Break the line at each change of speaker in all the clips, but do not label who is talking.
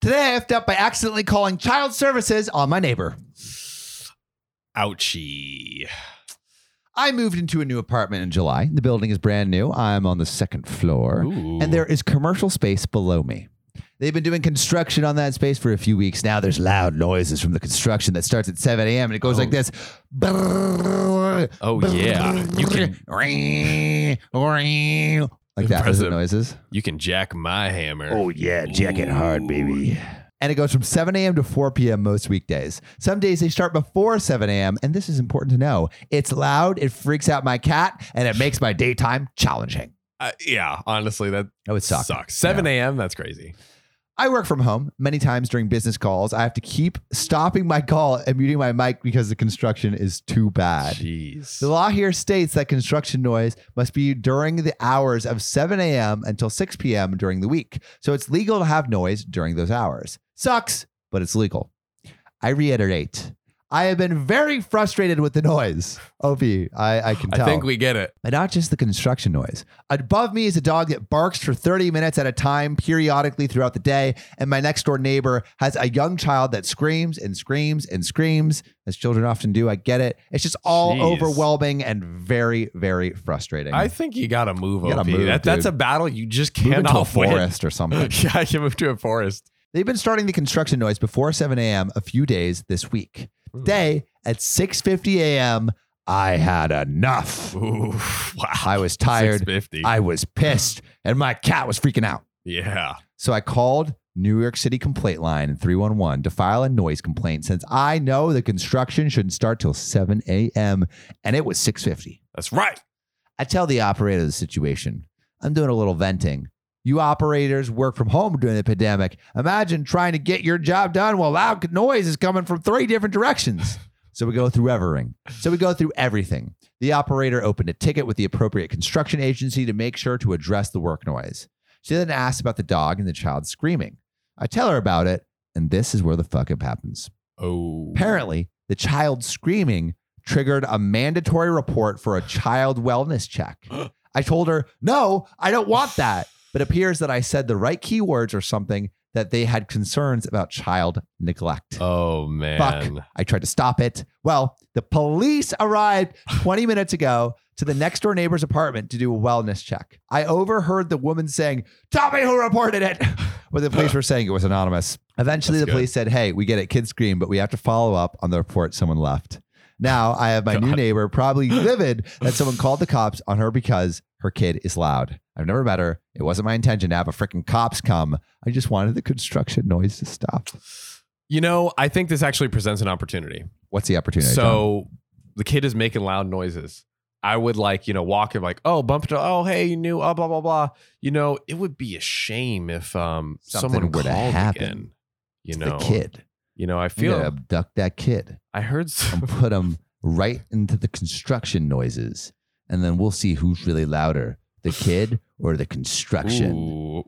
Today I effed up by accidentally calling child services on my neighbor.
Ouchie.
I moved into a new apartment in July. The building is brand new. I'm on the second floor,
Ooh.
and there is commercial space below me. They've been doing construction on that space for a few weeks now. There's loud noises from the construction that starts at 7 a.m. and it goes like this.
Oh yeah. You can
like that. Those are
Impressive.
the noises.
you can jack my hammer.
yeah,
Oh, jack it hard, baby.
And it goes from 7 a.m. to 4 p.m. most weekdays. Some days they start before 7 a.m. And this is important to know. It's loud, it freaks out my cat, and it makes my daytime challenging.
Uh, yeah, honestly that
That would suck.
sucks. 7 a.m. That's crazy.
I work from home many times during business calls. I have to keep stopping my call and muting my mic because the construction is too bad.
Jeez.
The law here states that construction noise must be during the hours of 7 a.m. until 6 p.m. during the week. So it's legal to have noise during those hours. Sucks, but it's legal. I reiterate, I have been very frustrated with the noise. OP, I, I can tell.
I think we get it.
But not just the construction noise. Above me is a dog that barks for 30 minutes at a time periodically throughout the day. And my next door neighbor has a young child that screams and screams and screams, as children often do. I get it. It's just all
Jeez.
overwhelming and very, very frustrating.
I think you gotta move
You gotta
OP.
move,
that, that's a
dude.
battle you just
Move into a
cannot win.
forest or something.
yeah, I can move to a forest.
They've been starting the construction noise before 7 a.m. a few days this week.
Ooh.
Day at 6:50 a.m. I had enough.
Ooh, wow.
I was tired.
650.
I was pissed, and my cat was freaking out.
yeah.
So I called New York City complaint line 311 to file a noise complaint since I know the construction shouldn't start till 7 a.m. and it was 650.
That's right.
I tell the operator the situation. I'm doing a little venting. You operators work from home during the pandemic. Imagine trying to get your job done while loud noise is coming from three different directions. So we go through everything. So we go through everything. The operator opened a ticket with the appropriate construction agency to make sure to address the work noise. She then asks about the dog and the child screaming. I tell her about it, and this is where the fuck up happens.
Oh.
Apparently, the child screaming triggered a mandatory report for a child wellness check. I told her, no, I don't want that. But it appears that I said the right keywords or something that they had concerns about child neglect.
Oh man.
I tried to stop it. Well, the police arrived 20 minutes ago to the next door neighbor's apartment to do a wellness check. I overheard the woman saying, Tell me who reported it. But the police were saying it was anonymous. Eventually,
That's
the
good.
police said, Hey, we get it, kids scream, but we have to follow up on the report someone left. Now I have my new
God.
neighbor probably livid that someone called the cops on her because her kid is loud. I've never met her. It wasn't my intention to have a freaking cops come. I just wanted the construction noise to stop.
You know, I think this actually presents an opportunity.
What's the opportunity? John?
So the kid is making loud noises. I would like, you know, walk him like, oh, bump to, oh, hey, you knew, oh, blah, blah, blah. You know, it would be a shame if um
Something
someone
were
would
to
called
happen
again. You
It's
know,
the kid.
You know, I
I'm gonna
feel
abduct that kid
I heard
and
some.
put him right into the construction noises, and then we'll see who's really louder, the kid or the construction.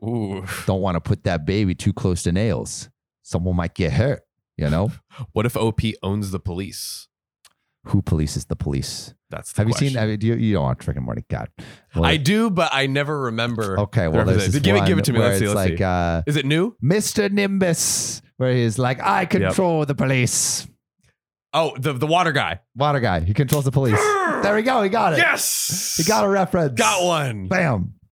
Ooh, ooh.
Don't want to put that baby too close to nails. Someone might get hurt. You know
What if OP owns the police?
who polices the police?
That's the
Have you
question.
seen? Have you, do you, you don't watch Rick and Morty? God, Well,
I do, but I never remember.
okay. Well,
remember
there's
that.
this
Give it- give it
one
to me.
where
Let's see,
it's
let's
like
see.
uh,
Is it new?
Mr. Nimbus, where he's like, I control the police.
Oh, the the water guy.
Water guy, he controls the police. there we go. He got it.
Yes,
He got a reference.
got one.
Bam.